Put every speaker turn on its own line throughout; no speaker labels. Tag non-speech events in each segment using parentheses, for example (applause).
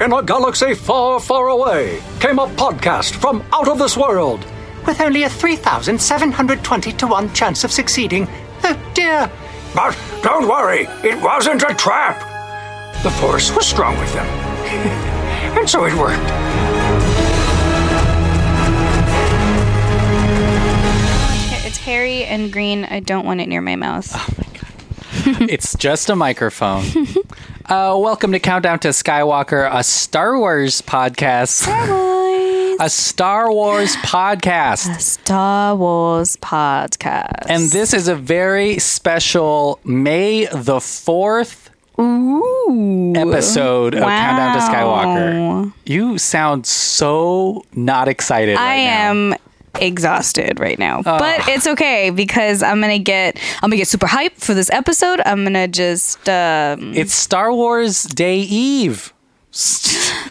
in a galaxy far, far away came a podcast from out of this world.
With only a 3,720 to 1 chance of succeeding. Oh dear!
But don't worry, it wasn't a trap. The Force was strong with them. (laughs) and so it worked.
It's hairy and green. I don't want it near my mouth.
it's just a
(laughs)
microphone. Uh, welcome to Countdown to Skywalker, a Star Wars podcast. A Star
(gasps)
Wars podcast.
Star Wars podcast.
And this is a very special May the 4th
Ooh.
episode of
Wow.
Countdown to Skywalker. You sound so not excited.
I
right now. Oh.
am exhausted right now. But it's okay because I'm going to get I'm going to get super hyped for this episode. I'm going to just um
It's Star Wars Day Eve.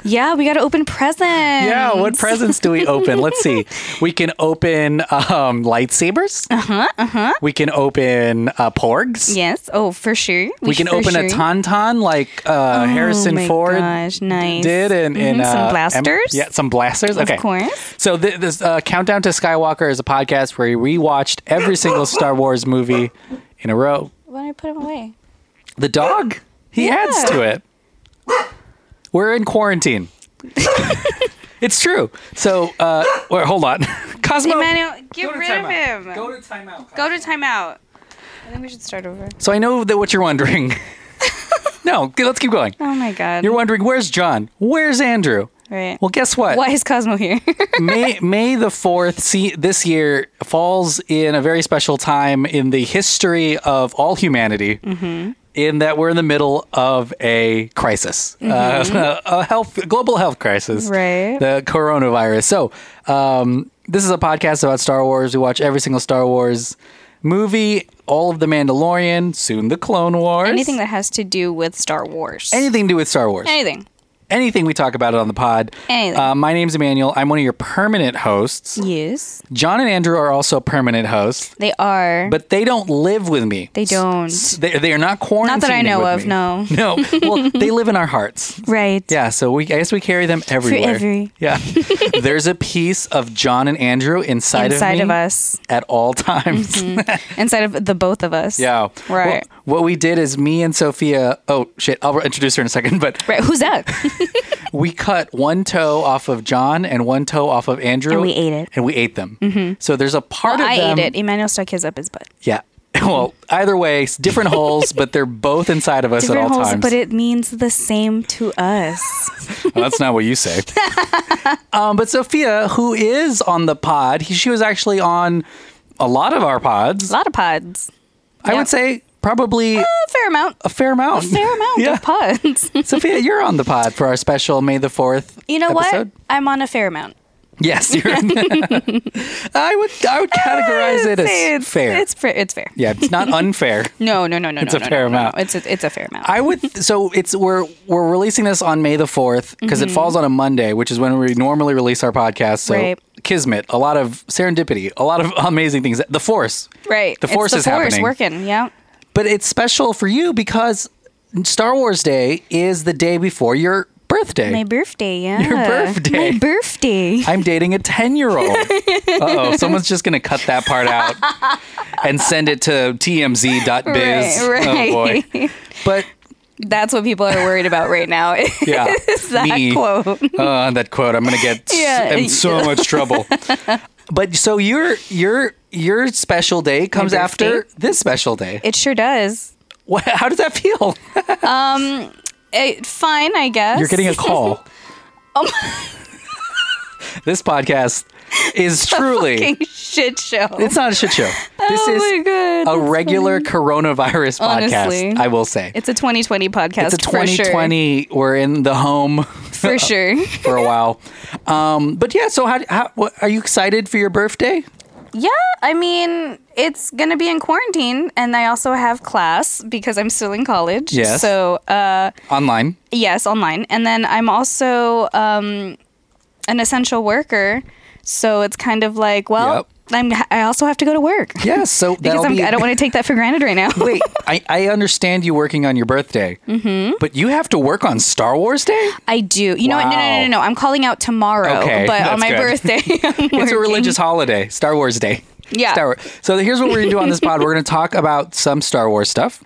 yeah, we got to open presents.
Yeah, what presents do we open? Let's
(laughs)
see. We can open um, lightsabers. Uh
Uh-huh,
huh. Uh huh. We can open uh, porgs.
Yes. Oh, for sure.
We can
for
open
sure.
a tauntaun like uh, Harrison
Oh my
Ford
gosh, nice.
did, and, and
Mhm, some
uh, Em-
blasters?
yeah, some blasters. Okay,
course.
So th- this uh, countdown to Skywalker is a podcast where we watched every single Star Wars movie in a row.
Why don't I put him away?
The dog, he adds to it. We're
(laughs)
in quarantine. it's true. So, uh, wait, hold on, (laughs) Cosmo.
Emmanuel, get
go to
rid of
timeout.
him.
Go to timeout.
Go to timeout. I think we should start over.
So I know that what
(laughs)
you're wondering. no, g- let's keep going.
Oh my god.
You're wondering where's John? Where's Andrew?
right.
Well, guess what?
Why (laughs) is Cosmo here?
May May the fourth see this year falls in a very special time in the history of all humanity.
Mm-hmm.
In that we're in the middle of a crisis, uh, (laughs) a health global health crisis,
Mm-hmm. Right.
The coronavirus. So um, this is a podcast about Star Wars. We watch every single Star Wars movie, all of the Mandalorian, soon the Clone Wars,
Anything that has to do with Star Wars.
anything to do with Star Wars
Anything.
anything we talk about it on the pod.
Anything.
Uh, my name's Emmanuel. I'm one of your permanent hosts.
Yes.
John and Andrew are also permanent hosts,
They are.
but they don't live with me.
They don't.
S- They, they are not quarantined.
Not that I know of, no.
(laughs) No. Well, they live in our hearts.
right.
Yeah, so we I guess we carry them everywhere.
every- (laughs)
Yeah. There's a piece of John and Andrew inside,
Inside
of, me
of us.
at all times.
Inside of the both of us.
(laughs) yeah.
Right.
Well, what we did is me and Sophia, oh shit, I'll introduce her in a second, but
right. Who's
(laughs)
that?
we cut one toe off of John and one toe off of Andrew.
And we ate it.
And we ate them. Mm-hmm. So there's a part of
I
them.
ate it. Emmanuel stuck his up his butt.
Yeah. (laughs) Well, either way, it's different holes, but they're both inside of us at all
Different holes,
times.
but it means the same to us.
Well, that's not what
(laughs)
you say. um, but Sophia, who is on the pod, he- she was actually on a lot of our pods.
A lot of pods.
I
yeah.
would say probably
A fair amount.
a fair amount.
A (laughs) fair amount
(laughs) yeah.
of pods. (laughs)
Sophia, you're on the pod for our special May the Fourth.
you know
episode.
what? I'm on a fair amount.
Yes, you're.
(laughs)
I would. I would categorize it as
Say it's
fair.
It's fair. It's fair.
Yeah, it's not unfair.
No, no, no, no.
It's
no,
a
no,
fair
no, no.
amount.
It's a, it's a fair amount.
I would so it's we're we're releasing this on May the 4th because
Mm-hmm.
it falls on a Monday, which is when we normally release our podcast. So
Right.
kismet, a lot of serendipity, a lot of (laughs) amazing things. The force.
right.
The force
it's the
is
force
happening.
working. Yeah.
But it's special for you because Star Wars Day is the day before your birthday.
My birthday. Yeah.
(laughs) Your birthday.
My
(laughs)
birthday.
I'm dating a 10 year old. Uh oh, someone's just going to cut that part out and send it to tmz.biz.
Right, right.
Oh, boy. But
(laughs) That's what people are worried about right now. (laughs)
Yeah.
Is that
Me.
quote.
Uh, that quote. I'm gonna get s-
Yeah.
in so much trouble. But so your your your special day comes after
birthday?
this special day.
It sure does.
What, how does that feel?
It, fine, I guess.
You're
(laughs)
getting a call.
Oh
this podcast
(laughs)
is truly.
Fucking shit show.
It's not a shit show. This
(laughs) oh
is
my God.
a regular coronavirus
Honestly.
podcast. I will say
It's a 2020 podcast.
it's a
for sure.
2020. We're in the home
For sure.
(laughs) for a while. Um, but yeah, so how, how what, are you excited for your birthday?
Yeah, I mean, it's going to be in quarantine, and I also have class because I'm still in college.
Yes.
So, uh, (laughs)
Online.
yes, online. And then I'm also um, an essential worker. So it's kind of like, well,
Yep.
I'm, I also have to go to work.
Yes, so
because
that'll
I'm,
be-
I
(laughs)
don't want to take that for granted right now.
Wait, I, I understand you working on your birthday, mm-hmm. but you have to work on Star Wars Day?
I do. You know what? No, no, no, no, no. I'm calling out tomorrow,
Okay,
but on
that's
my
good.
birthday, I'm
(laughs) It's a
working.
religious holiday, Star Wars Day.
Yeah.
Star Wars. So here's what we're gonna do on this pod. We're gonna talk about some Star Wars stuff.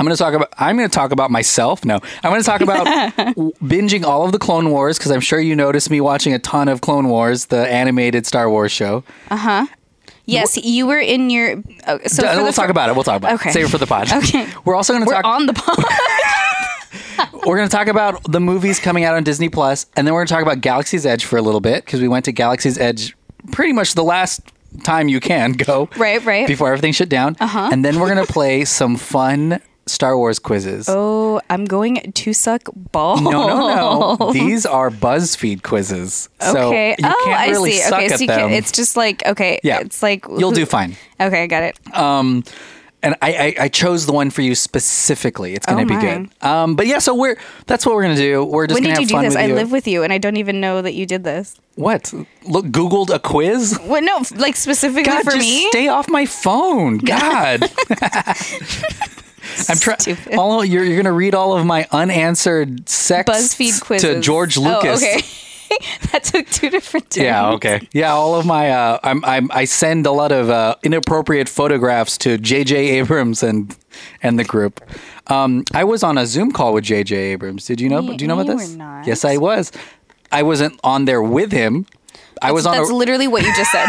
I'm gonna talk about. I'm gonna talk about myself. No, I'm gonna talk about
(laughs)
w- binging all of the Clone Wars because I'm sure you noticed me watching a ton of Clone Wars, the animated Star Wars show.
Yes, you were in your. oh, so
Uh,
for the
we'll talk
fir-
about it. We'll talk about
Okay.
it. Save it for the pod.
(laughs) Okay.
We're also gonna
We're
talk. (laughs)
on the pod.
we're gonna talk about the movies coming out on Disney Plus, and then we're gonna talk about Galaxy's Edge for a little bit because we went to Galaxy's Edge pretty much the last time you can (laughs) go.
Right, right.
Before everything shut down. Uh-huh. And then we're gonna play some fun Star Wars quizzes.
oh, I'm going to suck balls.
No, no,
(laughs)
no. These are BuzzFeed quizzes. So
okay.
you
oh,
can't really
I see.
suck
okay,
at
so you
them.
can, it's just like okay.
Yeah.
It's like
You'll do fine.
Okay, I got it.
Um, and I, I, I chose the one for you specifically. It's going
Oh,
to be
my.
good. Um, but yeah, so we're that's what we're going to do. We're just
when
going
did you
to have
do
fun
this?
with
I
you.
live with you, and I don't even know that you did this.
what? Look, Googled a quiz.
Well, no, f- like specifically
God,
for
just
me.
stay off my
(laughs)
phone. God. (laughs) I'm trying.
Stupid.
All you're you're gonna read all of my unanswered sex
BuzzFeed quizzes
to George Lucas.
Oh, okay. (laughs) that took two different. Turns.
Yeah. Okay. Yeah. All of my uh, I'm, I'm I send a lot of uh, inappropriate photographs to J.J. Abrams and and the group. Um, I was on a Zoom call with J.J. Abrams. Did you know?
You-
do you know
you
about this?
were not.
Yes, I was. I wasn't on there with him. I was on
That's
a,
literally what you just
(laughs)
said.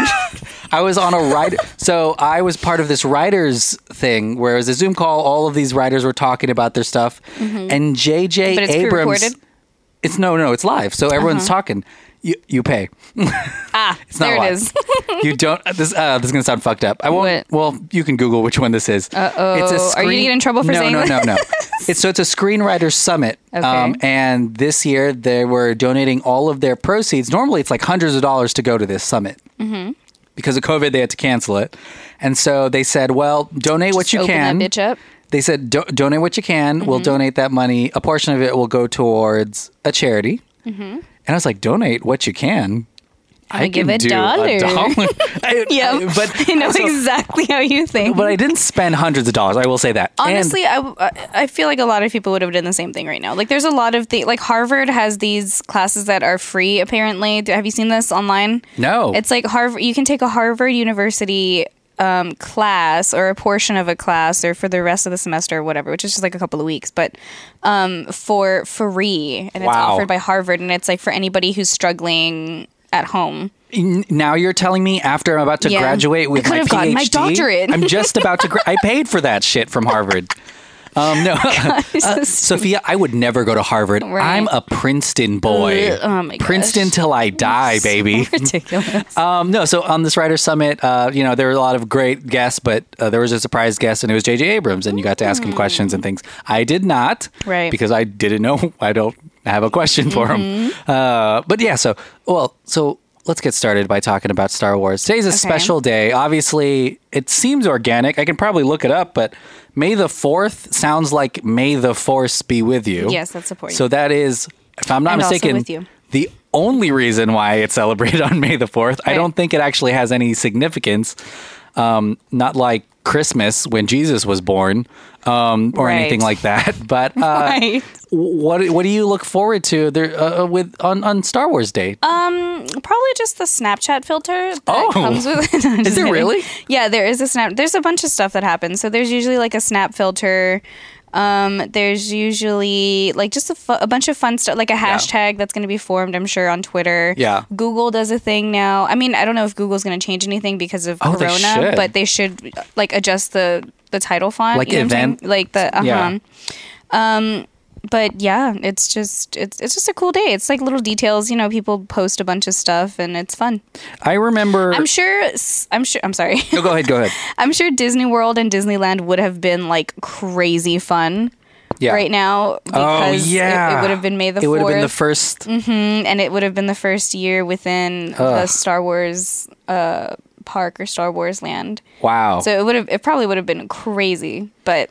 I was on a ride. so I was part of this writers thing, where it was a Zoom call. All of these writers were talking about their stuff, and J.J.
Mm-hmm. But it's
Abrams.
pre-recorded? Uh-huh.
It's no, no, it's live. So everyone's talking. You you pay.
(laughs) ah,
(laughs) It's not
there
live.
it is.
you don't. This uh, this is gonna sound fucked up. I won't. Well, you can Google which one this is. Uh
Uh-oh. Are you gonna get in trouble for
no,
saying
no, no,
this? (laughs)
no, It's so it's a screenwriter summit. um,
Okay.
and this year they were donating all of their proceeds. Normally it's like hundreds of dollars to go to this summit. Mm-hmm. Because of COVID, they had to cancel it, and so they said, "Well, donate what
Just
you
open
can."
that bitch up. Mm-hmm.
They said, Do- "Donate what you can. We'll donate that money. A portion of it will go towards a charity." Mm-hmm. And I was like, "Donate what you can."
gonna give
can
a
do
dollar." (laughs)
dollar. I-
Yeah,
I-
(laughs)
but
I know
so-
exactly how you think.
But I didn't spend hundreds of dollars. I will say that. And-
Honestly, I, I- I feel like a lot of people would have done the same thing right now. Like, there's a lot of things. Like, Harvard has these classes that are free, apparently. Do- Have you seen this online?
No.
It's like Harvard, you can take a Harvard University um, class or a portion of a class or for the rest of the semester or whatever, which is just like a couple of weeks, but um, for free. And it's
Wow.
offered by Harvard, and it's like for anybody who's struggling at home. (laughs)
n- now you're telling me after I'm about to
Yeah.
graduate with
I could
my
have
PhD,
gotten my doctorate.
I'm just about to. Gra-
(laughs)
I paid for that shit from Harvard. Um, no, Uh, Sophia, I would never go to Harvard.
Right.
I'm a Princeton boy.
Ugh, oh my gosh.
Princeton till I die, baby. (laughs)
Ridiculous.
Um, no, so on this writer summit, uh, you know, there were a lot of great guests, but uh, there was a surprise guest, and it was J.J. Abrams, and you got to ask him questions and things. I did not,
Mm. Right.
Because I didn't know. (laughs) I don't have a question for him.
Mm-hmm.
Uh, but yeah, so well, so let's get started by talking about Star Wars. Today's a special day. Obviously, it seems organic. I can probably look it up, but May the Fourth sounds like May the Force be with you.
Yes, that's supporting.
So that is, if I'm not
And also
mistaken,
with you.
the only reason why it's celebrated (laughs) on May the 4th. I
Right.
don't think it actually has any significance. Um, not like Christmas when Jesus was born um, or
Right.
anything like that. (laughs) But
(laughs)
uh,
Right.
w- what what do you look forward to there uh, uh, with on, on Star Wars Day?
Uh, Probably just the Snapchat filter that
Oh.
comes
(laughs)
with it. (laughs) I'm
Is
just
there
kidding.
really?
Yeah, there is a snap. There's a bunch of stuff that happens. So there's usually like a snap filter. Um, there's usually like just a, fu- a bunch of fun stuff, like a hashtag that's going to be formed, I'm sure, on Twitter.
Yeah.
Google does a thing now. I mean, I don't know if Google's going to change anything because of
Oh, they
Corona,
should.
but they should like adjust the the title font,
Like
you know what I'm saying?
event-
like the uh-huh.
Yeah.
Um, but yeah, it's just it's it's just a cool day. It's like little details, you know. People post a bunch of stuff, and it's fun.
I remember.
I'm sure. s- I'm sure. I'm sorry. (laughs)
No, go ahead. Go ahead.
I'm sure Disney World and Disneyland would have been like crazy fun.
Yeah.
Right now,
Oh
because it-
yeah,
it, would have been May the Mm-hmm.
It would have been the
4th.
first.
and it would have been the first year within the Star Wars uh, park or Star Wars land.
Wow. Oh.
So it would have, it probably would have been crazy, but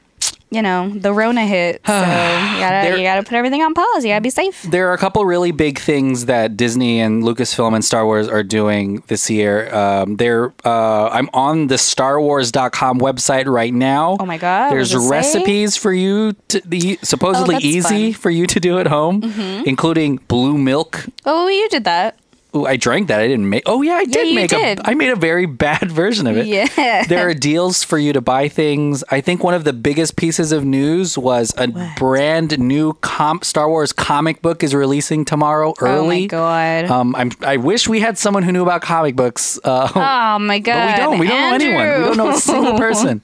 you know, the Rona hit.
(sighs)
So you gotta
There-
you gotta put everything on pause. You gotta be safe.
there are a couple really big things that Disney and Lucasfilm and Star Wars are doing this year. Um, they're uh, I'm on the StarWars.com website right now.
Oh my God, what
There's
does it say?
recipes for you to the supposedly
Oh, that's
easy
fun. Mm-hmm.
for you to do at home, including blue milk.
Oh, you did that.
Ooh, I drank that. I didn't make. Oh yeah, I did
you
make
did.
a. I made a very bad (laughs) version of it.
Yeah.
there are deals for you to buy things. I think one of the biggest pieces of news was a brand new comp Star Wars comic book is releasing tomorrow
Oh
early.
my god.
Um, I'm, I wish we had someone who knew about comic books. Uh,
oh my god.
but we don't. We don't
Andrew.
know anyone. We don't know
(laughs)
a single person.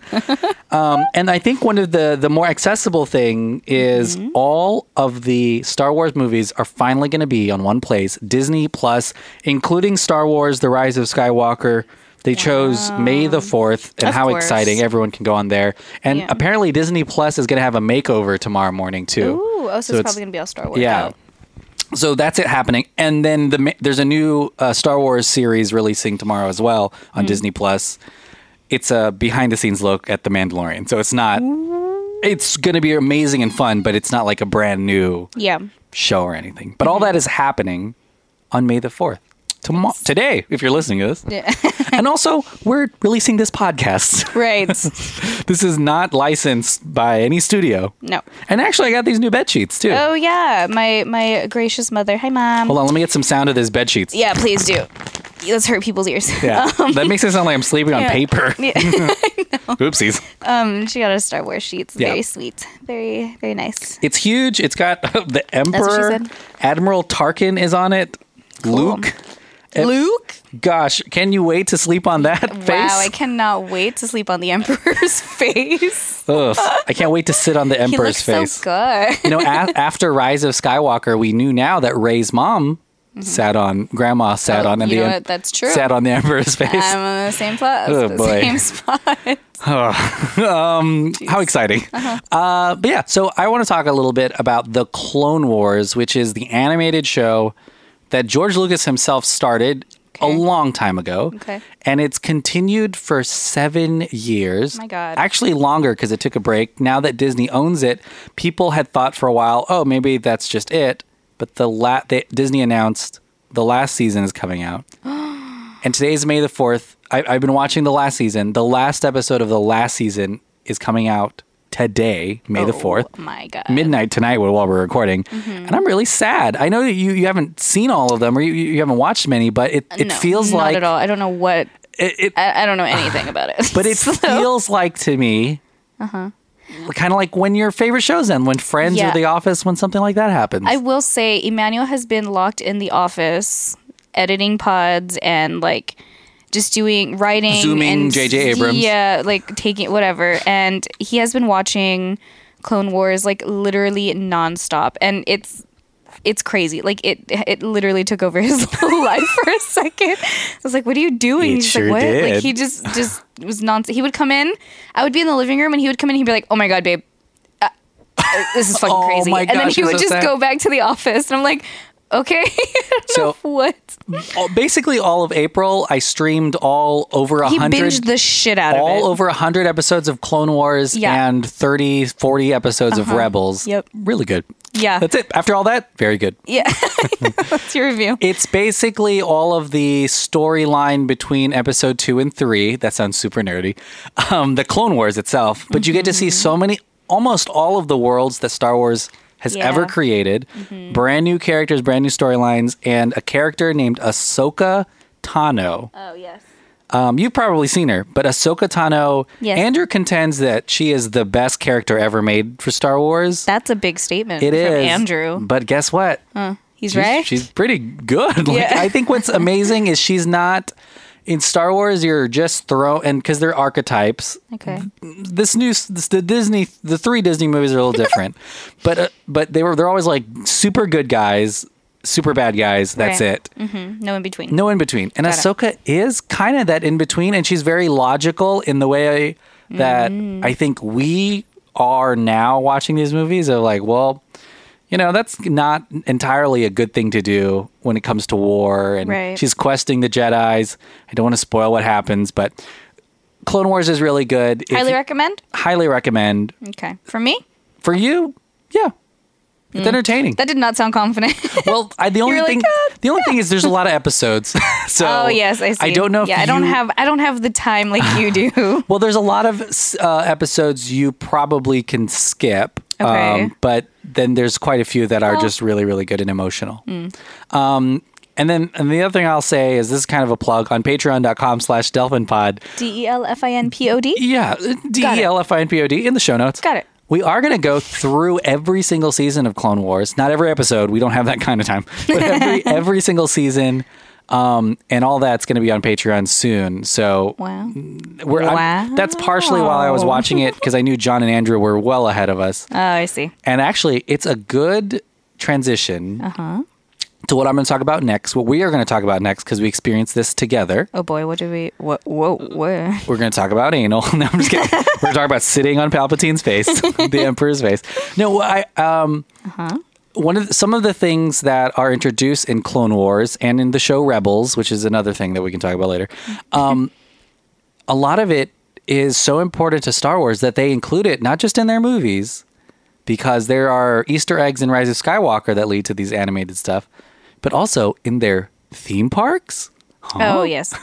um, and I think one of the the more accessible thing is
Mm-hmm.
all of the Star Wars movies are finally going to be on one place, Disney Plus, including Star Wars: The Rise of Skywalker. They chose May the fourth, and
Of
how
course.
exciting! Everyone can go on there, and
Yeah.
apparently Disney Plus is going to have a makeover tomorrow morning
Ooh,
too.
oh, so, it's
it's-
probably gonna be all Star Wars.
Yeah.
Oh.
So that's it happening, and then the, ma- there's a new uh, Star Wars series releasing tomorrow as well on
Mm.
Disney Plus. It's a behind the scenes look at the Mandalorian, so it's not. It's going to be amazing and fun, but it's not like a brand new
Yeah. Mm-hmm.
show or anything. But all that is happening on May the fourth, tomorrow, today. If you're listening to this,
Yeah.
and also we're releasing this podcast. (laughs)
right.
this is not licensed by any studio.
No.
And actually, I got these new bed sheets too.
Oh yeah, my my gracious mother. Hi, mom.
Hold on, let me get some sound of these bed sheets.
Yeah, please do. Let's hurt people's ears. (laughs) Um,
Yeah, that makes it sound like I'm sleeping on
yeah.
paper.
(laughs)
(laughs) Oopsies.
um, she got a Star Wars sheet. It's
Yeah.
Very sweet. Very very nice.
It's huge. It's got (laughs) the
what she
Emperor,
said.
Admiral Tarkin is on it. Luke. Eh,
Luke.
Gosh, can you wait to sleep on that face?
Wow, I cannot wait to sleep on the (laughs) Emperor's face.
Ugh, I can't wait to sit on
(laughs)
the
he looks
Emperor's face.
so good.
you
(laughs)
know, a- after Rise of Skywalker, we knew now that Ray's mom sat on, Grandma sat
Mm-hmm. Oh,
on, and
you
the
know
em-
what? That's true. Um,
sat on the Emperor's face.
I'm on the same plot.
Oh,
the
boy.
Same (laughs) spot. (laughs)
How exciting.
Uh-huh.
uh but yeah, so I want to talk a little bit about The Clone Wars, which is the animated show that George Lucas himself started a
Okay.
long time ago.
Okay.
And it's continued for seven years.
Oh My God.
Actually, longer because it took a break. Now that Disney owns it, people had thought for a while, oh, maybe that's just it. But the la- they, Disney announced the last season is coming out. And today is May the 4th. I, I've been watching the last season. The last episode of the last season is coming out today, May the 4th.
Oh Mm-hmm. my god.
Midnight tonight while we're recording. And I'm really sad. I know that you, you haven't seen all of them or you, you haven't watched many, but it, it
No,
feels
not
like.
at all. Uh, I don't know what.
It, it,
I, I don't know anything about it.
but
(laughs)
it
So-
feels like to me. Kind of like when your favorite shows end, when Friends
Uh-huh. Yeah.
or The Office, when something like that happens.
I will say, Emmanuel has been locked in the office, editing pods and like just doing writing,
Zooming
and
J.J. Abrams.
Yeah, like taking whatever, and he has been watching Clone Wars like literally nonstop, and it's. It's crazy. Like it, it literally took over (laughs) his whole life for a second. I was like, "What are you doing?"
It
He's
sure
like, "What?" Like
did.
he just, just was nonsense. He would come in. I would be in the living room, and he would come in. He'd be like, "Oh my god, babe, uh, this is fucking
Oh
crazy,"
my
and then
gosh,
he
I'm
would
so
just
sad.
go back to the office and I'm like, okay, (laughs)
so
what?
all- basically, all of April, I streamed all over a
He
hundred.
binged the shit out of it. (laughs)
all over 100 episodes of Clone Wars
Yeah. Uh-huh.
and 30, 40 episodes of Rebels.
Yep.
Really good.
Yeah.
That's it. After all that, very good.
Yeah. That's your review.
It's basically all of the storyline between episode two and three. That sounds super nerdy. Um, the Clone Wars itself, but you get to
Mm-hmm.
see so many, almost all of the worlds that Star Wars has
Yeah. Mm-hmm.
ever created. Brand new characters, brand new storylines, and a character named Ahsoka Tano.
Oh, yes.
Um, you've probably seen her, but Ahsoka Tano.
Yes.
Andrew contends that she is the best character ever made for Star Wars.
That's a big statement
It
from
is
Andrew.
but guess what?
He's
she's,
right.
She's pretty good. (laughs) Like,
Yeah.
I think what's amazing is she's not in Star Wars. You're just throw and because they're archetypes.
okay.
This new this, the Disney the three Disney movies are a little
(laughs)
different, but uh, but they were they're always like super good guys, super bad guys. That's
Right.
it.
No in between.
No in between. And
Got it.
Ahsoka is kind of that in between, and she's very logical in the way that
Mm.
I think we are now watching these movies of like, well, you know, that's not entirely a good thing to do when it comes to war. And
Right.
she's questing the Jedi's. I don't want to spoil what happens, but Clone Wars is really good. If
Highly
you-
recommend.
highly recommend
Okay, for me,
for you. Yeah, it's
Mm.
entertaining.
that did not sound confident. (laughs)
well, I, the only
like,
thing
"Ah,
the only thing is there's a
(laughs)
lot of episodes. (laughs) so
oh yes, I see.
I don't know. If
Yeah, I don't
you-
have. I don't have the time like you do.
(laughs) Well, there's a lot of uh, episodes you probably can skip. um,
Okay.
but then there's quite a few that are
Well- Hmm.
just really, really good and emotional. Um, and then and the other thing I'll say is this is kind of a plug on patreon.com slash delphinpod.
D e l f i n p o d.
Yeah, uh, E D-E-L-F-I-N-P-O-D in the show notes.
Got it.
We are going to go through every single season of Clone Wars. Not every episode. We don't have that kind
(laughs)
of time. But every, every single season. Um, and all that's going to be on Patreon soon. So
Wow.
we're, I'm-
Wow.
that's partially while I was watching it because I knew John and Andrew were well ahead of us.
Oh, I see.
And actually, it's a good transition
Uh-huh.
to what I'm going to talk about next, what we are going to talk about next because we experienced this together.
Oh boy, what did we? What? Whoa, whoa.
We're going to talk about anal. (laughs) No, I'm just kidding. We're going to talk about sitting on Palpatine's face, (laughs) the Emperor's face. No, I um, one of the, some of the things that are introduced in Clone Wars and in the show Rebels, which is another thing that we can talk about later. Um, a lot of it is so important to Star Wars that they include it not just in their movies, because there are Easter eggs in Rise of Skywalker that lead to these animated stuff, but also in their theme parks.
Oh yes.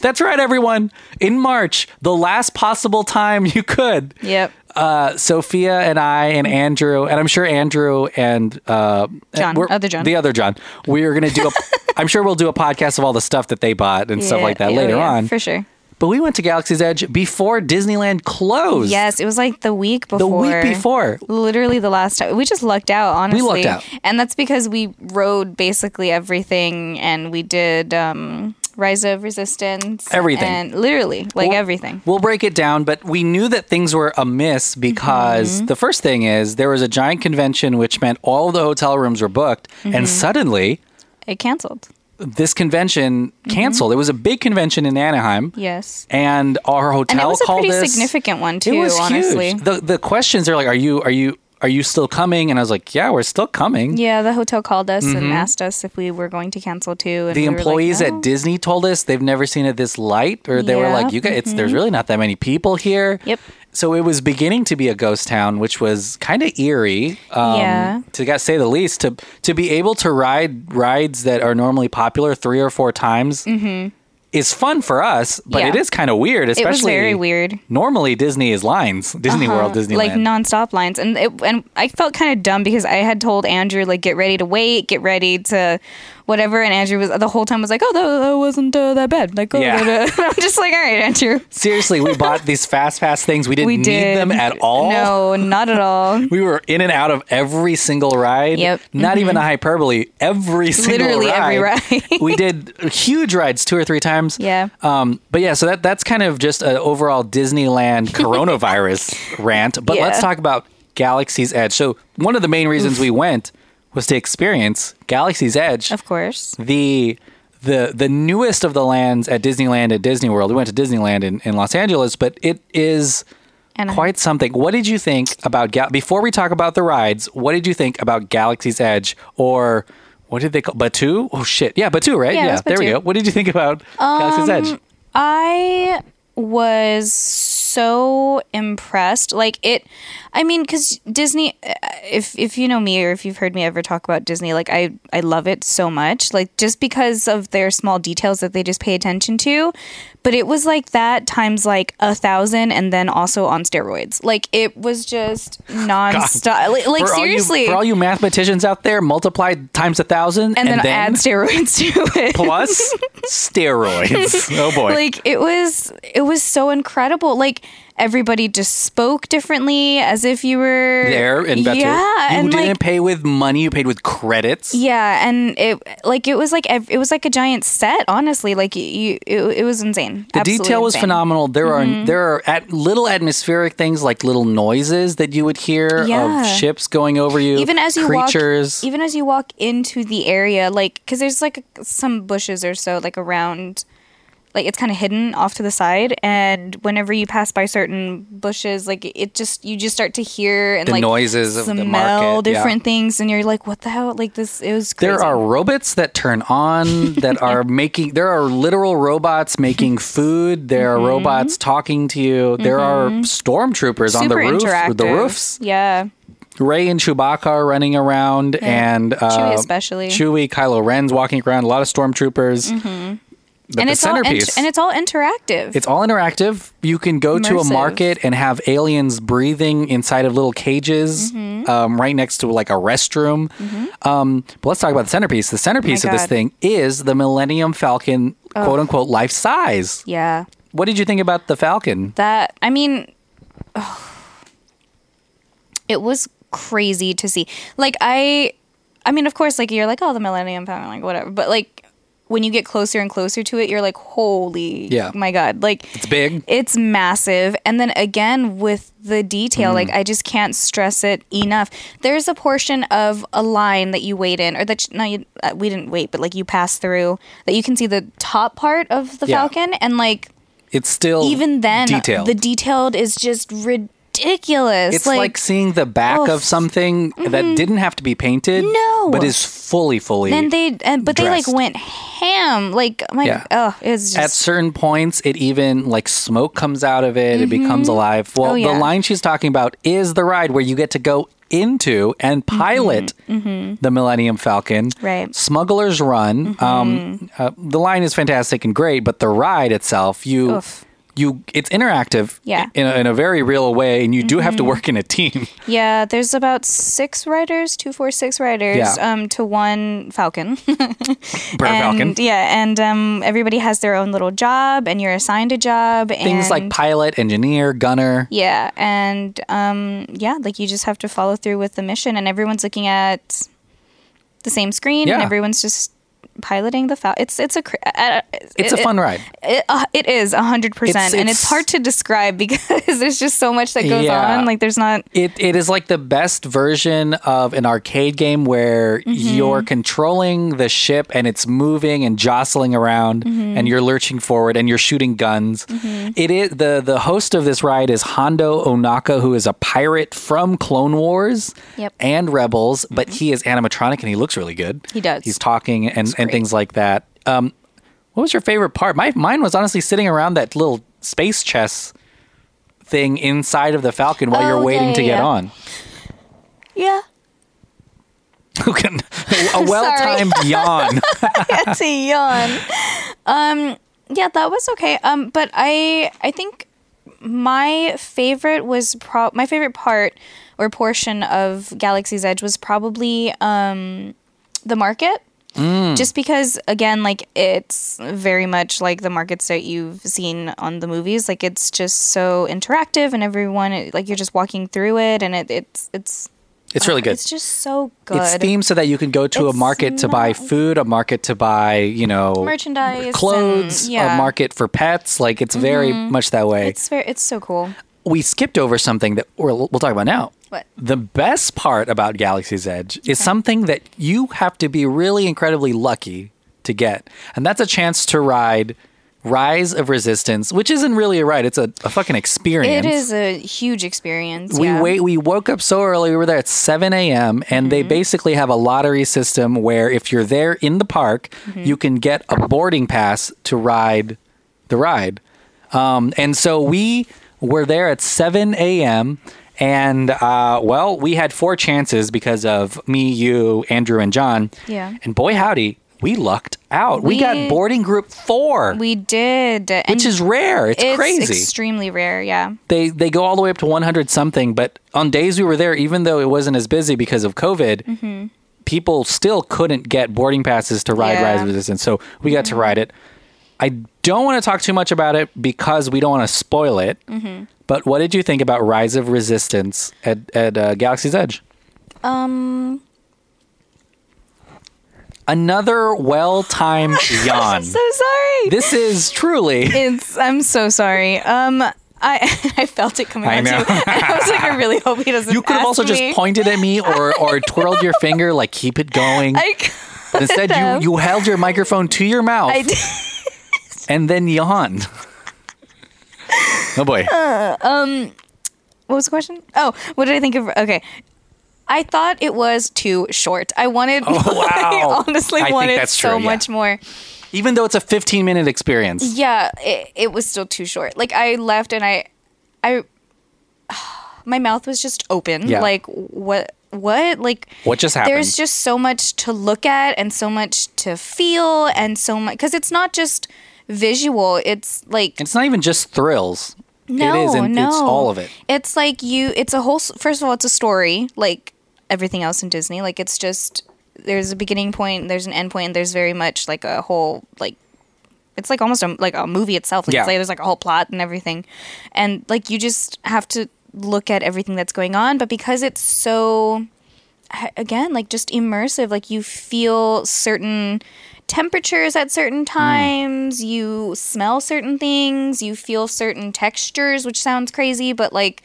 That's right, everyone. In March, the last possible time you could.
Yep.
Uh, Sophia and I and Andrew, and I'm sure Andrew and uh,
John,
we're-
other John.
the other John. We are going
(laughs)
to do a. I'm sure we'll do a podcast of all the stuff that they bought and stuff
Yeah,
like that
oh,
later
yeah,
on.
for sure.
But we went to Galaxy's Edge before Disneyland closed.
Yes, it was like the week before.
the week before.
Literally the last time. We just lucked out, honestly.
lucked out.
And that's because we rode basically everything and we did um, Rise of Resistance.
Everything.
And literally, like
Well,
everything.
We'll break it down, but we knew that things were amiss because
Mm-hmm.
the first thing is there was a giant convention, which meant all the hotel rooms were booked,
Mm-hmm.
and suddenly
It canceled.
this convention canceled. It was a big convention in Anaheim.
Yes.
And our hotel
And it was a
called
pretty
us.
significant one,
it
too,
was
honestly.
huge. The the questions are like, are you are you are you still coming? And I was like, yeah, we're still coming.
Yeah, the hotel called us and asked us if we were going to cancel too. And
Mm-hmm. The
we were like,
employees
"No."
at Disney told us they've never seen it this light, or they were
Yeah. mm-hmm.
like, you guys, it's, there's really not that many people here.
Yep.
So it was beginning to be a ghost town, which was kind of eerie, um,
Yeah.
to got- say the least. To to be able to ride rides that are normally popular three or four times is fun for us,
Mm-hmm.
but
Yeah.
it is kind of weird,
It
especially
was very weird. Uh-huh.
Normally, Disney is lines, Disney World, Disneyland.
like nonstop lines, and it, and I felt kind of dumb because I had told Andrew like get ready to wait, get ready to whatever, and Andrew was the whole time was like, oh that, that wasn't uh, that bad, like oh,
Yeah.
da, da." (laughs) I'm just like all right, Andrew,
Seriously, we bought these fast pass things. We didn't
(laughs) we
need
did
them at all.
No, not at all.
We were in and out of every single ride.
Yep. Mm-hmm.
Not even a hyperbole. Every single
Literally every ride.
we did huge rides two or three times.
Yeah.
Um, but yeah, so that that's kind of just an
(laughs)
overall Disneyland coronavirus rant. But
Yeah.
let's talk about Galaxy's Edge. So one of the main reasons we went was to experience Galaxy's Edge.
of course,
the the the newest of the lands at Disneyland at Disney World. We went to Disneyland in, in Los Angeles, but it is
Anaheim.
quite something. What did you think about Gal- before we talk about the rides? What did you think about Galaxy's Edge or what did they call Batu? Oh shit, yeah, Batu, right?
Yeah, it was
there we
Batu. Um,
go. What did you think about Galaxy's Edge?
I was so impressed. Like it, I mean, because Disney. uh, If if you know me or if you've heard me ever talk about Disney, like I I love it so much. Like just because of their small details that they just pay attention to. But it was like that times like a thousand, and then also on steroids. Like it was
(laughs)
just nonstop. Like, like,
For all you-
seriously,
for all you mathematicians out there, multiply times a thousand
and, then, add (laughs) steroids to it.
plus steroids. Oh boy.
Like it was it was so incredible. Like everybody just spoke differently as if you were
there and better.
Yeah,
you
and
didn't
like
pay with money; you paid with credits.
yeah, and it like it was like ev- it was like a giant set. Honestly, like you, it, it was insane.
The
Absolutely
detail was
insane. Mm-hmm.
phenomenal. There are there are at little atmospheric things like little noises that you would hear
Yeah.
of ships going over you,
Even as you
creatures.
walk, even as you walk into the area, like because there's like some bushes or so like around like it's kind of hidden off to the side and whenever you pass by certain bushes like it just you just start to hear and
The
like
noises of the
smell
market, yeah.
different things and you're like what the hell like this it was crazy.
There are robots that turn on that
(laughs)
are making. There are literal robots making food. There
Mm-hmm.
are robots talking to you. There are stormtroopers on the
Super
roof, the
interactive.
roofs.
yeah
Ray and Chewbacca are running around, and uh,
Chewie especially.
Chewie, Kylo Ren's walking around. A lot of stormtroopers. But
Mm-hmm. and
the
it's all int-
centerpiece.
and it's all interactive
It's all interactive. You can go to a
Immersive.
market and have aliens breathing inside of little cages
Mm-hmm.
um, right next to like a restroom. Um, but let's talk about the centerpiece. The centerpiece
Oh my
of this
God. Oh.
thing is the Millennium Falcon, quote unquote, life size.
yeah
What did you think about the Falcon?
that i mean (sighs) it was crazy to see like i i mean of course like you're like oh the millennium falcon like whatever but like when you get closer and closer to it you're like holy
Yeah.
my god like
It's big.
it's massive and then again with the detail
Mm.
like i just can't stress it enough there's a portion of a line that you wait in or that you, no you, uh, we didn't wait but like you pass through that you can see the top part of the
Yeah.
falcon and like
It's still
even then
detailed.
the detailed is just ridiculous
it's like, seeing the back
Oh,
of something that didn't have to be painted,
Mm-hmm. No.
but is fully, fully.
then they and but they
dressed.
like went ham like my
Yeah.
oh it was
at
just
certain points it even like smoke comes out of it it becomes alive well
Oh, yeah.
the line she's talking about is the ride where you get to go into and pilot the millennium falcon
Mm-hmm. Right. Mm-hmm.
smugglers run um, uh, the line is fantastic and great but the ride itself you
Oof.
you it's interactive
Yeah. Mm-hmm.
in, a, in a very real way and you do have to work in a team (laughs)
yeah there's about six riders two four six riders
Yeah.
um to one
(laughs)
falcon
per falcon
and yeah and um everybody has their own little job and you're assigned a job
things like
and-
pilot engineer gunner
yeah and um yeah like you just have to follow through with the mission and everyone's looking at the same screen and
Yeah.
everyone's just piloting the falcon it's it's a cr- uh,
it's a
it-
fun ride
It, uh, it is 100%
It's-
and
it's-
it's hard to describe (laughs) because there's just so much that goes
Yeah.
on like there's not
It it is like the best version of an arcade game where
Mm-hmm.
you're controlling the ship and it's moving and jostling around
Mm-hmm.
and you're lurching forward and you're shooting guns. It is the the host of this ride is Hondo Onaka who is a pirate from Clone Wars
Yep. Mm-hmm.
and Rebels, but he is animatronic and he looks really good.
He does.
He's talking and and
great.
things like that. Um what was your favorite part? My mine was honestly sitting around that little space chess thing inside of the Falcon while you're
Oh, yeah,
waiting to
yeah,
get
yeah.
on.
yeah
Who can
(laughs)
a well-timed yawn?
it's a yawn um yeah that was okay um but i i think my favorite was pro my favorite part or portion of galaxy's edge was probably um the market
Mm.
just because again like it's very much like the markets that you've seen on the movies like it's just so interactive and everyone like you're just walking through it and it, it's it's
It's really good.
it's just so good
It's themed so that you can go to a
It's
market to buy
not-
food, a market to buy, you know,
Merchandise
clothes,
and- yeah. Mm-hmm.
a market for pets. Like it's very much that way.
it's very it's so cool
we skipped over something that we're, we'll talk about now.
What?
The best part about Galaxy's Edge is something that you have to be really incredibly lucky to get, and that's a chance to ride Rise of Resistance, which isn't really a ride; it's a, a fucking experience.
It is a huge experience.
We
yeah.
wait. We woke up so early. We were there at seven a.m. and
Mm-hmm.
they basically have a lottery system where if you're there in the park,
Mm-hmm.
you can get a boarding pass to ride the ride. Um, and so we were there at seven a.m. And uh, well, we had four chances because of me, you, Andrew, and John.
Yeah.
And boy, howdy, we lucked out. We,
We-
got boarding group four,
We did, and
which is rare. It's,
it's
crazy
extremely rare. Yeah,
they they go all the way up to 100 something but on days we were there even though it wasn't as busy because of covid people still couldn't get boarding passes to ride
Mm-hmm. Yeah.
rise of resistance so we got to ride it i don't want to talk too much about it because we don't want to spoil it
Mm-hmm.
but what did you think about rise of resistance at, at uh, galaxy's edge um
(laughs)
another well-timed yawn
so sorry.
this is truly
it's I'm so sorry. Um, I (laughs) I felt it coming.
I
on
know.
You. (laughs) I was like, I really hope he doesn't.
You could have
ask
also
me.
just pointed at me or
(laughs)
or twirled your finger like keep it going.
I
But Instead,
could've.
you you held your microphone to your mouth
I did.
and then yawned. oh boy.
(laughs) Uh. What was the question? Oh, what did I think of? Okay. I thought it was too short. I wanted,
Oh,
(laughs)
wow.
I honestly
I think
wanted
that's
so
true, yeah.
much more.
Even though it's a 15 minute experience,
Yeah, it, it was still too short. Like I left and I, I, (sighs) my mouth was just open.
Yeah.
Like what? What? Like
What just happened?
There's just so much to look at and so much to feel and so much because it's not just visual. It's like
it's not even just thrills.
no,
it is, and
no,
it's all of it.
It's like you. It's a whole. s- First of all, it's a story, like everything else in Disney. Like it's just there's a beginning point, there's an end point, and there's very much like a whole like it's like almost a, like a movie itself. Like,
Yeah.
it's like there's like a whole plot and everything, and like you just have to look at everything that's going on. But because it's so I- again like just immersive, like you feel certain temperatures at
Hmm.
certain times, you smell certain things, you feel certain textures, which sounds crazy, but like.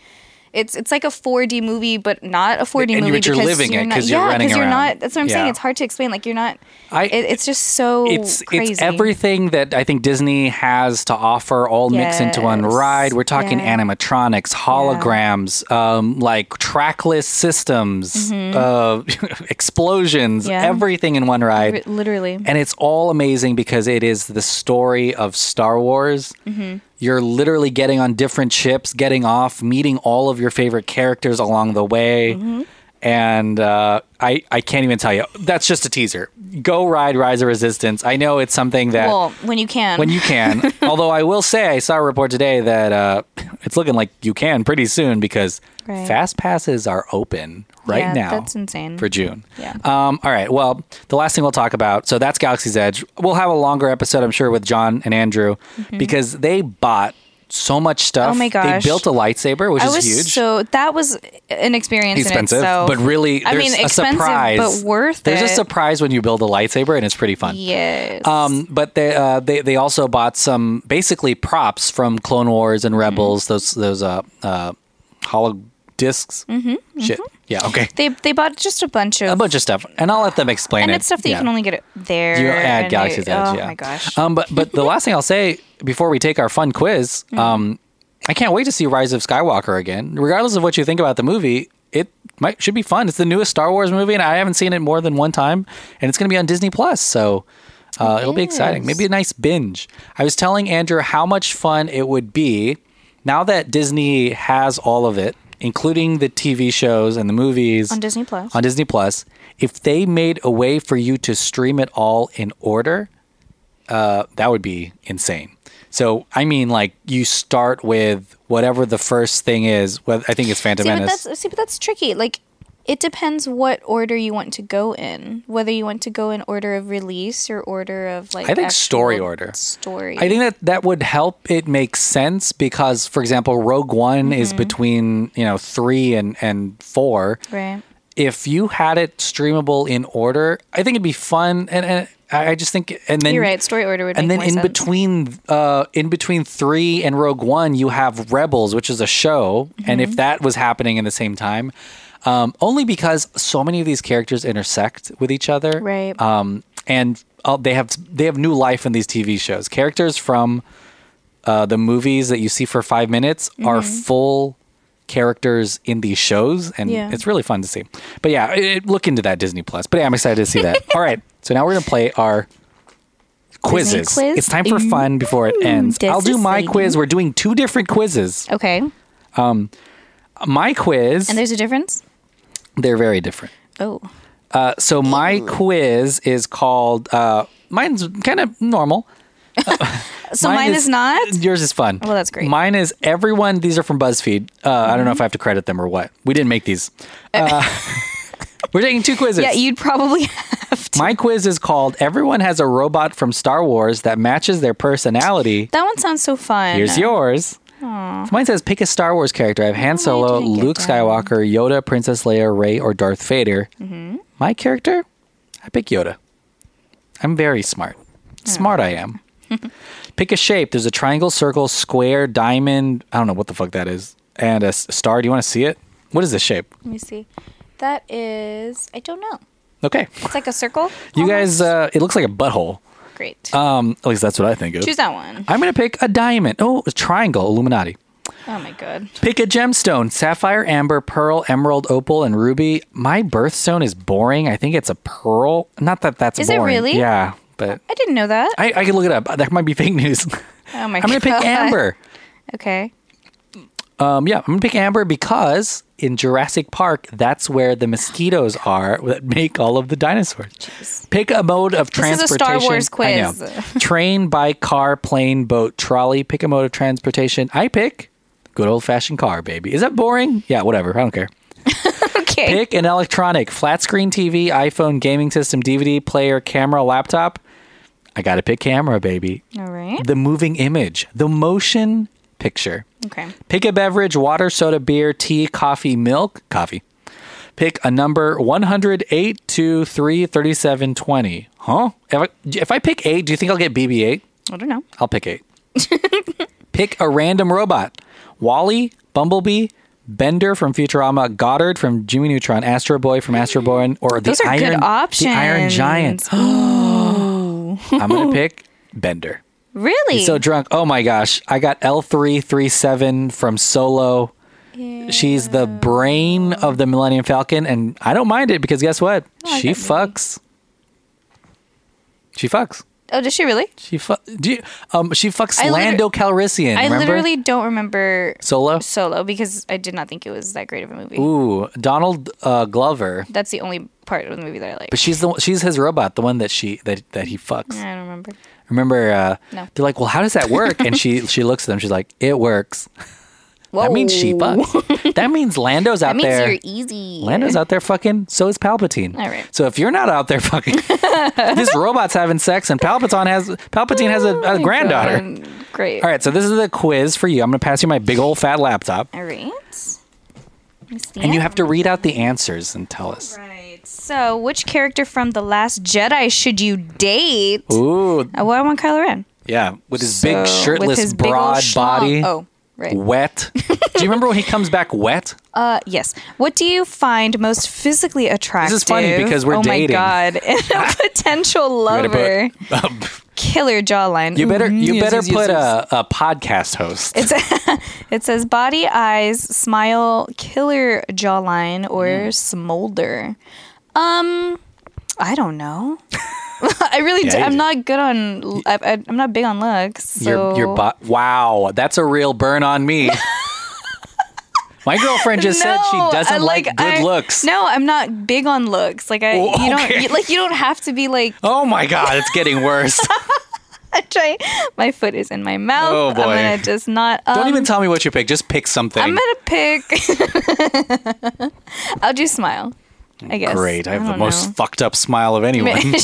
It's, it's like a 4D movie, but not a 4D
And
movie
you're- but you're
because
living
you're
it
not-
'cause you're
yeah,
running
'cause you're
around.
not. That's what I'm saying.
Yeah.
It's hard to explain. Like you're not.
I-
it, it's just so
It's
Oh, crazy.
it's everything that I think Disney has to offer, all mixed into one
Yes.
ride. We're talking
Yeah.
animatronics, holograms, um, like trackless systems, uh, (laughs) explosions,
Mm-hmm. Yeah.
everything in one ride.
R- literally.
And it's all amazing because it is the story of Star Wars. You're literally getting on different ships, getting off, meeting all of your favorite characters along the way. And uh, I, I can't even tell you. That's just a teaser. Go ride Rise of Resistance. I know it's something that
well, when you can.
when
(laughs)
you can. Although I will say, I saw a report today that uh, it's looking like you can pretty soon because
Right.
fast passes are open right
Yeah,
now.
that's insane.
for June.
Yeah.
Um, all right. Well, the last thing we'll talk about. So that's Galaxy's Edge. We'll have a longer episode, I'm sure, with John and Andrew because they bought so much stuff.
Mm-hmm. Oh my gosh.
They built a lightsaber, which
I
is
was
huge.
so that was an experience
expensive,
in itself.
but really, there's
I mean,
a
expensive
surprise.
but worth
There's
it.
a surprise when you build a lightsaber, and it's pretty fun.
Yes.
Um, but they, uh, they they also bought some basically props from Clone Wars
Mm-hmm.
and Rebels. Those those uh, uh, hollow disks
Mm-hmm.
Shit. Yeah. Okay.
they they bought just a bunch of
A bunch of stuff, and I'll let them explain
and
it.
it's stuff that
Yeah.
you can only get it there.
You add
and
Galaxy's
it-
Edge.
Oh
yeah.
my gosh.
Um, but but the last thing I'll say before we take our fun quiz, um, I can't wait to see Rise of Skywalker again. Regardless of what you think about the movie, it might should be fun. It's the newest Star Wars movie, and I haven't seen it more than one time. And it's going to be on Disney Plus, so. Uh, it'll be exciting. Maybe a nice binge. I was telling Andrew how much fun it would be now that Disney has all of it, including the TV shows and the movies
On Disney Plus.
On Disney Plus, if they made a way for you to stream it all in order, uh, that would be insane. So I mean, like you start with whatever the first thing is. Whether, I think it's Phantom
see, but
Menace.
that's see, but that's tricky. Like, it depends what order you want to go in. Whether you want to go in order of release or order of like.
I think story
actual
order.
Story.
I think that that would help it make sense because, for example, Rogue One is
Mm-hmm.
between you know three and and four.
Right.
If you had it streamable in order, I think it'd be fun, and, and I I just think, and then
You're right. Story order would.
and
make
then
more
in
sense.
between uh in between 3 and Rogue One you have Rebels which is a show and
Mm-hmm.
if that was happening in the same time um only because so many of these characters intersect with each other
Right.
um and uh, they have they have new life in these TV shows characters from uh the movies that you see for 5 minutes are
Mm-hmm.
full characters in these shows and
Yeah.
it's really fun to see but yeah it, it- look into that disney plus but yeah i'm excited to see
(laughs)
that all right so now we're gonna play our quizzes.
quiz?
It's time for fun before it ends.
that's
I'll do my
exciting.
quiz. We're doing two different quizzes.
Okay.
My quiz,
And there's a difference.
they're very different.
Oh.
Uh, so my quiz is called. Uh, mine's kind of normal.
So mine, is, not.
Yours is fun.
Well, that's great.
Mine is everyone. These are from BuzzFeed. Uh, I don't know if I have to credit them or what. We didn't make these.
(laughs)
Uh, we're taking two quizzes.
Yeah, you'd probably. (laughs)
my quiz is called "Everyone Has a Robot from Star Wars that matches their personality."
That one sounds so fun.
Here's yours. Mine says pick a Star Wars character. I have Han Solo,
didn't get
Luke
that?
Skywalker, Yoda, Princess Leia, Rey, or Darth Vader.
Mm-hmm.
My character, I pick Yoda. I'm very smart. Smart
(laughs)
I am. pick a shape. There's a triangle, circle, square, diamond. I don't know what the fuck that is. And a s- star. Do you want to see it? What is this shape?
Let me see. That is. I don't know.
Okay.
It's like a circle.
You
almost?
guys, uh, it looks like a butthole.
Great.
Um, at least that's what I think of.
Choose that one.
I'm going to pick a diamond. Oh, a triangle, Illuminati.
Oh my god.
Pick a gemstone, sapphire, amber, pearl, emerald, opal, and ruby. My birthstone is boring. I think it's a pearl. Not that that's
Is it
boring.
really?
Yeah, but
I didn't know that.
I, I can look it up. That might be (laughs) fake news.
oh my
I'm going
god.
to pick amber. (laughs)
Okay.
Um, yeah, I'm gonna pick Amber because in Jurassic Park, that's where the mosquitoes are that make all of the dinosaurs. Pick a mode of
This is a
transportation.
Star Wars
I know.
quiz. (laughs)
Train, bike, car, plane, boat, trolley. Pick a mode of transportation. I pick good old fashioned car, baby. Is that boring? Yeah, whatever. I don't care.
Okay.
Pick an electronic: flat screen TV, iPhone, gaming system, DVD player, camera, laptop. I gotta pick camera, baby.
All right.
The moving image, the motion picture.
Okay.
Pick a beverage, water, soda, beer, tea, coffee, milk, coffee. Pick a number 108 to 3, 37, 20. Huh? If I, if I pick 8, do you think I'll get BB 8?
I don't know.
I'll pick 8. (laughs) pick a random robot Wally, Bumblebee, Bender from Futurama, Goddard from Jimmy Neutron, Astro Boy from Astro Boy, or the
Those are
Iron,
good options.
The Iron Giant. (gasps) I'm going to pick Bender.
Really?
He's so drunk. Oh my gosh. I got L337 from Solo. She's the brain of the Millennium Falcon, and I don't mind it because guess what?
like
she
that movie.
fucks. She fucks.
oh, does she really?
She fu- do you, um she fucks
I liter-
Lando Calrissian.
I
remember?
literally don't remember
Solo.
Solo because I did not think it was that great of a movie.
Ooh, Donald uh, Glover.
That's the only part of the movie that I like.
But she's the she's his robot, the one that she that that he fucks.
I don't remember.
Remember? Uh,
No.
They're like, well, how does that work? and
(laughs)
she she looks at them. She's like, it works. That means she fucks. that means Lando's out
That means
there.
you're easy.
Lando's out there fucking. So is Palpatine.
All right.
So if you're not out there
(laughs)
fucking, this robot's having sex, and Palpatine has Palpatine has a,
Oh
a
my
granddaughter.
God. Great.
All right. So this is the quiz for you. I'm gonna pass you my big old fat laptop,
All right. Miss
and you
Leanne.
have to read out the answers and tell us.
Right. So, which character from The Last Jedi should you date?
Ooh,
Uh, well, I want Kylo Ren.
yeah, with his
So,
big shirtless,
with his big ol'
broad
schlong-
body,
Oh, right. (laughs)
wet. Do you remember when he comes back wet?
Uh, yes. What do you find most physically attractive?
funny because we're
oh
dating.
my god, (laughs) in a potential
(laughs) You
lover.
better put,
Killer jawline.
Um, you better,
Mhm.
you
Yes,
better
yes, yes,
put
yes.
a, a podcast host.
It says body, eyes, smile, killer jawline, or
Mm.
smolder. Um, I don't know. (laughs) I really,
Yeah,
do,
you
I'm
do.
not good on. I, I, I'm not big on looks. So
Your your bot.
oh.
Wow, that's a real burn
(laughs)
on me. My girlfriend just said she
No,
doesn't
I
like, good
I-
looks.
No, I'm not big on looks. Like I,
Oh,
you
okay.
don't you, like you don't have to be like.
Oh my god, it's getting
(laughs)
worse.
I try. My foot is in my mouth.
Oh, boy.
I'm gonna just not. Um,
Don't even tell me what you pick. Just pick something.
I'm gonna pick. (laughs) I'll do smile. I guess.
Great, I have the
don't
most
know.
fucked up smile of anyone.
(laughs)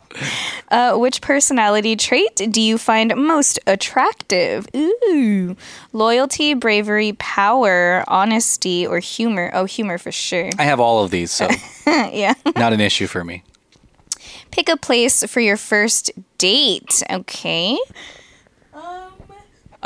(laughs)
uh, which personality trait do you find most attractive? Ooh, loyalty, bravery, power, honesty, or humor? Oh, humor for sure.
I have all of these, so
(laughs) yeah.
not an issue for me.
Pick a place for your first date. Okay.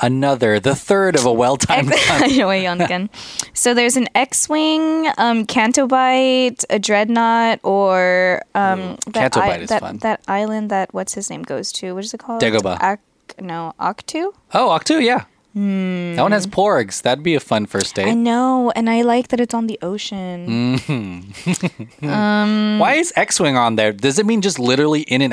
Another, the third of a well-timed.
(laughs) I know I yawned again. So there's an X-wing, um, Cantobite, a dreadnought, or um, that
Cantobite
i-
is
that,
fun.
that island that what's his name goes to. What is it called?
Dagobah.
Ak- no, Octu.
(laughs) oh, Octu, yeah. That one has porgs. That'd be a fun first
Hmm. I
date.
know, and I like that it's on the
Mm.
ocean.
Why is X-wing on there? Does it mean just literally in an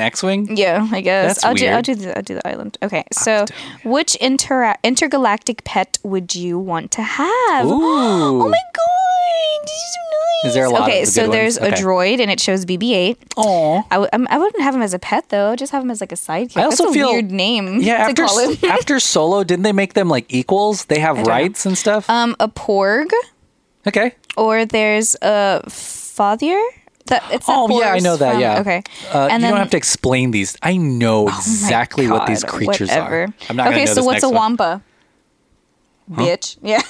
(laughs)
X-wing?
Yeah, I guess
That's
I'll do. I'll
weird.
do the. I'll do the island. Okay, so which intera- intergalactic pet would you want to have?
Ooh.
(gasps) Oh my god, this is so nice.
Is there a lot of
okay,
the
so
good ones?
there's
Okay.
a droid and it shows BB-8.
Aw.
I w- I'm- I wouldn't have him as a pet though. I'd just have him as like a sidekick.
I also
That's a
feel-
weird name.
Yeah,
to
after
call him. (laughs)
s- (laughs) after Solo, didn't they make them like equals? They have
know.
rights and stuff.
um, a porg,
okay.
or there's a father. That it's not
Oh yeah, I
porgs
know that.
from-
yeah.
okay. Oh
Uh, you don't have to explain these. I know
my
exactly what these
God,
creatures
whatever.
are. I'm not
okay,
gonna know
so
this
what's
next
a
one.
wampa? Bitch.
(laughs)
Yeah.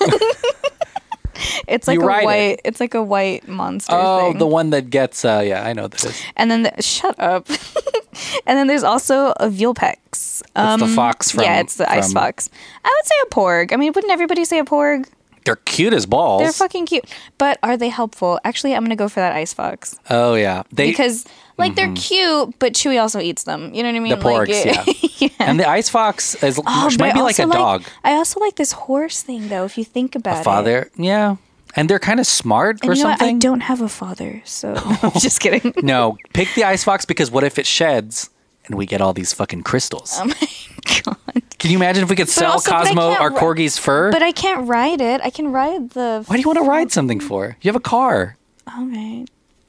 it's like
You
a
ride it.
white. It's like a white monster.
Oh,
thing.
the one that gets. Uh, yeah, I know what this. is.
And then the, shut up. (laughs) and then there's also a Vulpix.
It's the fox from.
Um, yeah, it's the ice
from-
fox. I would say a porg. I mean, wouldn't everybody say a porg?
They're cute as balls.
They're fucking cute, but are they helpful? Actually, I'm gonna go for that ice fox
oh yeah, they
because Like they're cute, but Chewie also eats them. You know what I mean?
mm-hmm. The
Like,
porgs,
(laughs) it-
yeah. And the ice fox is
Oh,
she
but I
might be like a
also
dog.
I also like this horse thing though. If you think about it,
Father, yeah, and they're kind of smart
And
or
you know what?
something.
I don't have a father, so (laughs) I'm
(laughs)
just kidding.
No, pick the ice fox because what if it sheds and we get all these fucking crystals?
Oh my god!
Can you imagine if we could sell
also, but I
Cosmo
can't
our
ri-
corgi's fur?
But I can't ride it. I can ride the.
Why do you want to ride something for? You have a car.
All right.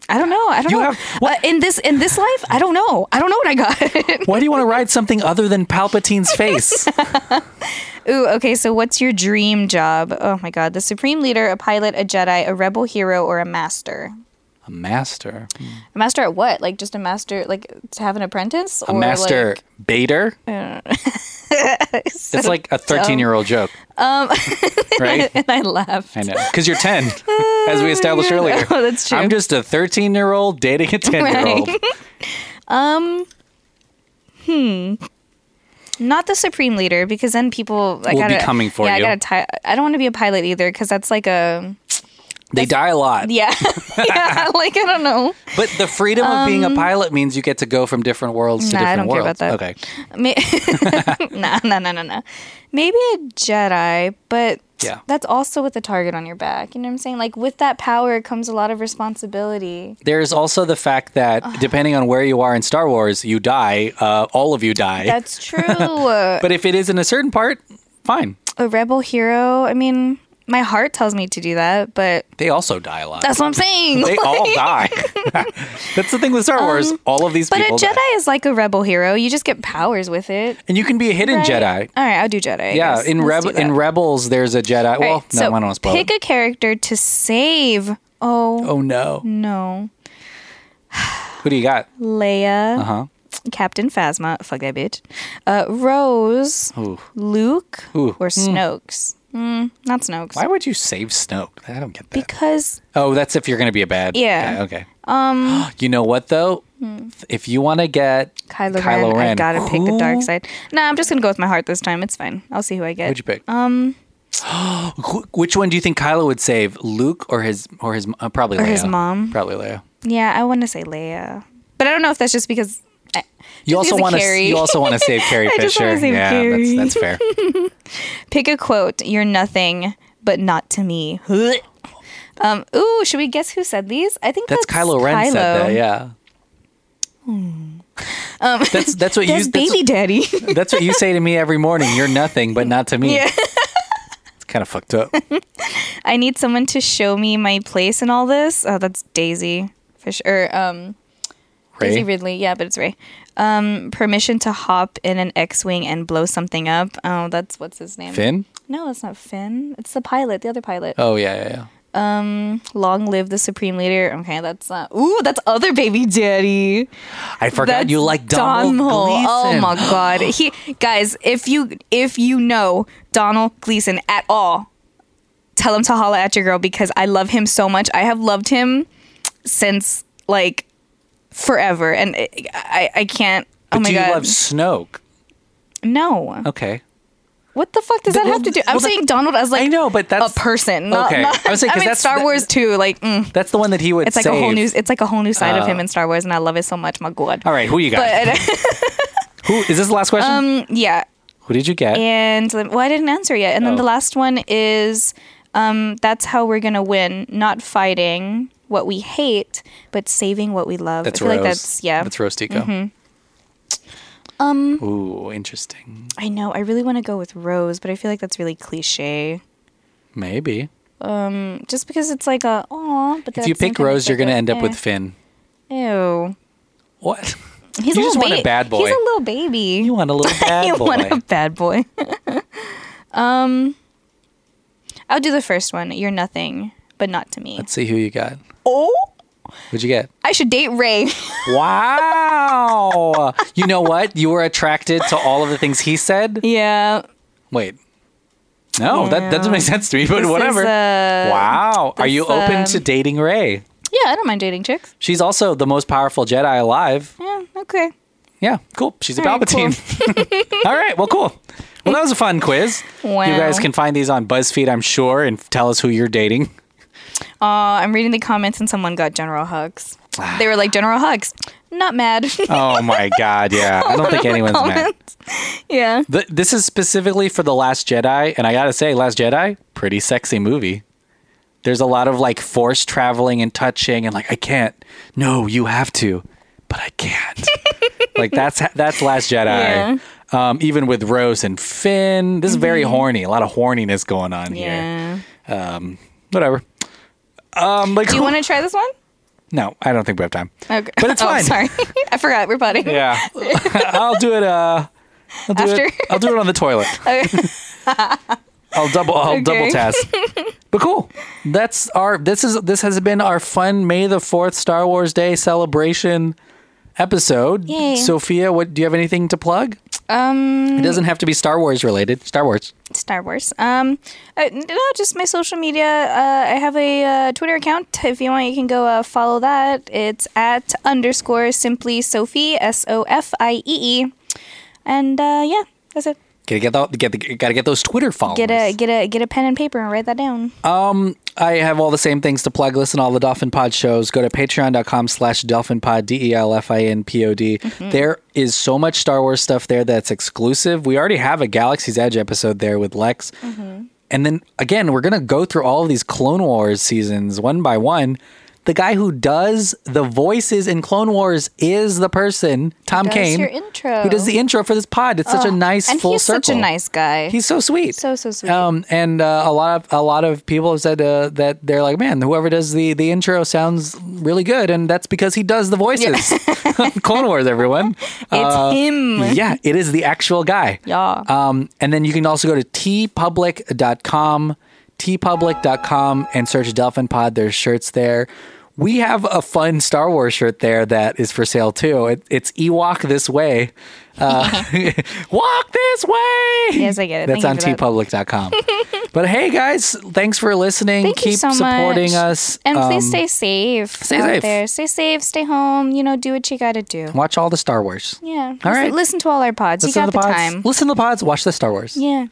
I don't know. I don't
You
know.
have- what-
Uh, in this in this life, I don't know. I don't know what I got. (laughs)
Why do you want to ride something other than Palpatine's
(laughs)
face?
Ooh, okay. So what's your dream job? Oh my god, the supreme leader, a pilot, a Jedi, a rebel hero, or a master?
a master.
A master at what? Like just a master, like to have an apprentice?
A master baiter? it's like a 13 year old joke. Um,
(laughs)
right?
(laughs) and I laughed.
I know. Because you're
(laughs)
10, as we established earlier.
Oh, (laughs) that's true.
I'm just a 13 year old dating a 10 year old.
Not the supreme leader, because then people like,
Will
I
be
gotta-
coming for
yeah,
you.
I gotta. Tie, I don't want to be a pilot either, because that's like a (laughs)
They die a lot.
yeah, yeah. (laughs) Like I don't know.
But the freedom of being a pilot means you get to go from different worlds to
Um, Nah, I don't
different
care
worlds.
about that.
Okay.
Ma- (laughs) nah, nah, nah, nah, nah. Maybe a Jedi, but
Yeah.
that's also with a target on your back. You know what I'm saying? Like with that power comes a lot of responsibility.
There's also the fact that depending on where you are in Star Wars, you die. Uh, all of you die. (laughs)
That's true. a
but if it is in a certain part, fine.
rebel hero. I mean, my heart tells me to do that, but
They also die a lot.
that's what I'm saying.
they
(laughs)
all die. (laughs) That's the thing with Star Wars. all of these
Um, but a
people
Jedi
die.
is like a rebel hero. You just get powers with it.
And you can be a hidden
right?
Jedi.
All right, I'll do Jedi. I
Yeah,
guess.
in
Let's
Reb-
do
in
that.
Rebels, there's a Jedi.
All right,
well, no,
so
I don't want to spoil
pick
it.
a character to save. Oh,
oh no,
no,
who do you got?
Leia.
Uh huh.
Captain Phasma, fuck that bitch, uh, Rose,
Ooh.
Luke,
Ooh. Hmm.
or Snokes. Mm, not Snokes.
Why would you save Snoke? I don't get that.
Because
Oh, that's if you're going to be a bad
Yeah. hmm.
guy. Okay. Um. (gasps) you know what though? If you want to get
Kylo, Ren, I gotta pick the
(gasps)
dark side. Nah, I'm just gonna go with my heart this time. It's fine. I'll see who I get.
Who'd you pick? Um. (gasps) Which one do you think Kylo would save? Luke or his or his uh, probably
Or
Leia.
his mom.
Probably Leia.
yeah, I want to say Leia, but I don't know if that's just because. I,
You
Just
also
because of
want to.
Carrie.
You
(laughs)
also want to save Carrie
I
Fisher.
just wanna save
yeah,
Carrie.
that's that's
(laughs)
fair.
pick a quote. You're nothing, but not to
(laughs)
me. Um. Ooh, should we guess who said these? I think
That's
that's,
Kylo Ren said that.
Kylo.
Yeah.
(laughs)
that's that's what
That's
you
baby daddy. (laughs)
that's, (laughs) that's what you say to me every morning. You're nothing, but not to me.
Yeah.
(laughs) It's kind of fucked up.
I need someone to show me my place in all this. Oh, that's Daisy Fish or um Daisy
Ray?
Ridley. Yeah, but it's Ray. Um, permission to hop in an X-wing and blow something up. Oh, that's what's his name?
Finn?
No, that's not Finn. It's the pilot, the other pilot.
Oh yeah, yeah, yeah.
Long live the supreme leader. Okay, that's not. Ooh, that's other baby daddy.
I forgot
That's
you like
Donald.
Donald Gleason.
Oh
(gasps)
my god. He guys, if you if you know Donald Gleason at all, tell him to holla at your girl because I love him so much. I have loved him since like forever, and I I, I can't.
But
oh my
do you
god.
love Snoke?
no.
Okay.
What the fuck does that
Well,
have to do? I'm
well, that-
saying Donald as like
I know, but
a
that's
person. Not,
Okay.
Not, (laughs)
I was saying, 'cause
mean,
that's-
Star
that-
Wars too. Like. mm.
That's the one that he would
It's like a whole
save. Uh,
new, it's like a whole new side of him in Star Wars, and I love it so much. My God!
All right, who you got?
But Um,
Who is this the last question?
(laughs) yeah,
who did you get?
and let- well, I didn't answer yet. And then
Oh.
the last one is um, that's how we're gonna win: not fighting what we hate, but saving what we love.
that's
I feel
Rose.
like that's yeah. Mm-hmm.
That's Rose Tico. Um Ooh, interesting.
I know. I really want to go with Rose, but I feel like that's really cliche.
Maybe.
Just because it's like a oh, but
if you pick Rose, you're going to end up with Finn.
Eh, ew.
What? (laughs)
He's
You
a
just
little
want
ba-
a bad boy.
He's a little baby.
You want a
(laughs)
little
you
bad boy.
want a bad boy. (laughs) um, I'll do the first one. You're nothing, but not to me.
Let's see who you got.
oh.
What'd
(laughs)
you get?
I should date Ray. (laughs)
Wow. you know what? You were attracted to all of the things he said.
yeah.
Wait. No, that, that doesn't make sense to me, but
This is,
whatever.
uh,
wow. Are you
this,
open
um,
to dating Ray?
Yeah, I don't mind dating chicks.
She's also the most powerful Jedi alive.
Yeah, okay.
Yeah, cool. She's a
All right,
Palpatine. (laughs) All right, well, cool. Well, that was a fun quiz.
Wow.
You guys can find these on BuzzFeed, I'm sure, and tell us who you're dating. (sighs)
Uh, I'm reading the comments and someone got General Hux. They were like General Hux, not mad. (laughs)
Oh my god, yeah. I don't think anyone's mad.
yeah.
Th- this is specifically for The Last Jedi, and I gotta say, Last Jedi, pretty sexy movie. There's a lot of like force traveling and touching, and like I can't. No, you have to, but I
(laughs)
can't. like that's that's Last Jedi.
Yeah. Mm-hmm.
Um, even with Rose and Finn, this is very horny. A lot of horniness going on here.
Yeah.
Whatever. Um, like
Do you want to try this one?
no, I don't think we have time.
Okay.
But
(laughs)
it's
oh,
fine.
Sorry, I forgot we're putting.
Yeah, (laughs) I'll do it. Uh, I'll do
After?
it. I'll do it on
(laughs)
the toilet. (laughs) I'll double. I'll double
Okay. (laughs)
test. But cool. That's our. This is. This has been our fun May the Fourth Star Wars Day celebration episode.
Yay.
Sophia, what do you have anything to plug?
Um,
It doesn't have to be Star Wars related. Star Wars.
Star Wars. Um, uh, no, just my social media. Uh, I have a uh, Twitter account. If you want, you can go uh, follow that. It's at underscore simply Sophie S O F I E E, and uh, yeah, that's it.
Gotta get the, get the, gotta get those Twitter followers.
Get a get a get a pen and paper and write that down.
I have all the same things to plug. Listen to all the Dolphin Pod shows. Go to patreon.com slash Dolphin Pod, D E L F I N P O D.
Mm-hmm.
There is so much Star Wars stuff there that's exclusive. We already have a Galaxy's Edge episode there with Lex.
Mm-hmm.
And then again, we're going to go through all of these Clone Wars seasons one by one. The guy who does the voices in Clone Wars is the person, Tom
does
Kane,
your intro. Oh,
who does the intro for this pod. It's such a nice
and
full
he's
circle.
such a nice guy.
He's so sweet.
So, so sweet.
Um, and uh, a lot of a lot of people have said uh, that they're like, man, whoever does the the intro sounds really good, and that's because he does the voices.
(laughs)
(laughs) Clone Wars, everyone. Uh,
it's him.
yeah, it is the actual guy.
Yeah.
Um, and then you can also go to tpublic.com, tpublic.com, and search Dolphin Pod. There's shirts there. We have a fun Star Wars shirt there that is for sale too. It, it's Ewok this way.
(laughs)
Uh, (laughs) walk this way.
Yes, I get it.
That's
Thank you
on
(laughs)
tpublic.com. but hey, guys, thanks for listening.
Thank
Keep
you so
supporting
much.
us.
And
Um,
please stay safe.
stay
out
safe.
There. Stay safe. Stay home. You know, do what you got to do.
Watch all the Star Wars.
Yeah.
All
listen,
right.
Listen to all our pods. you
Listen
got
to the
the
pods.
time.
Listen to the pods. Watch the Star Wars.
Yeah.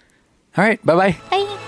All right. Bye bye.
Bye.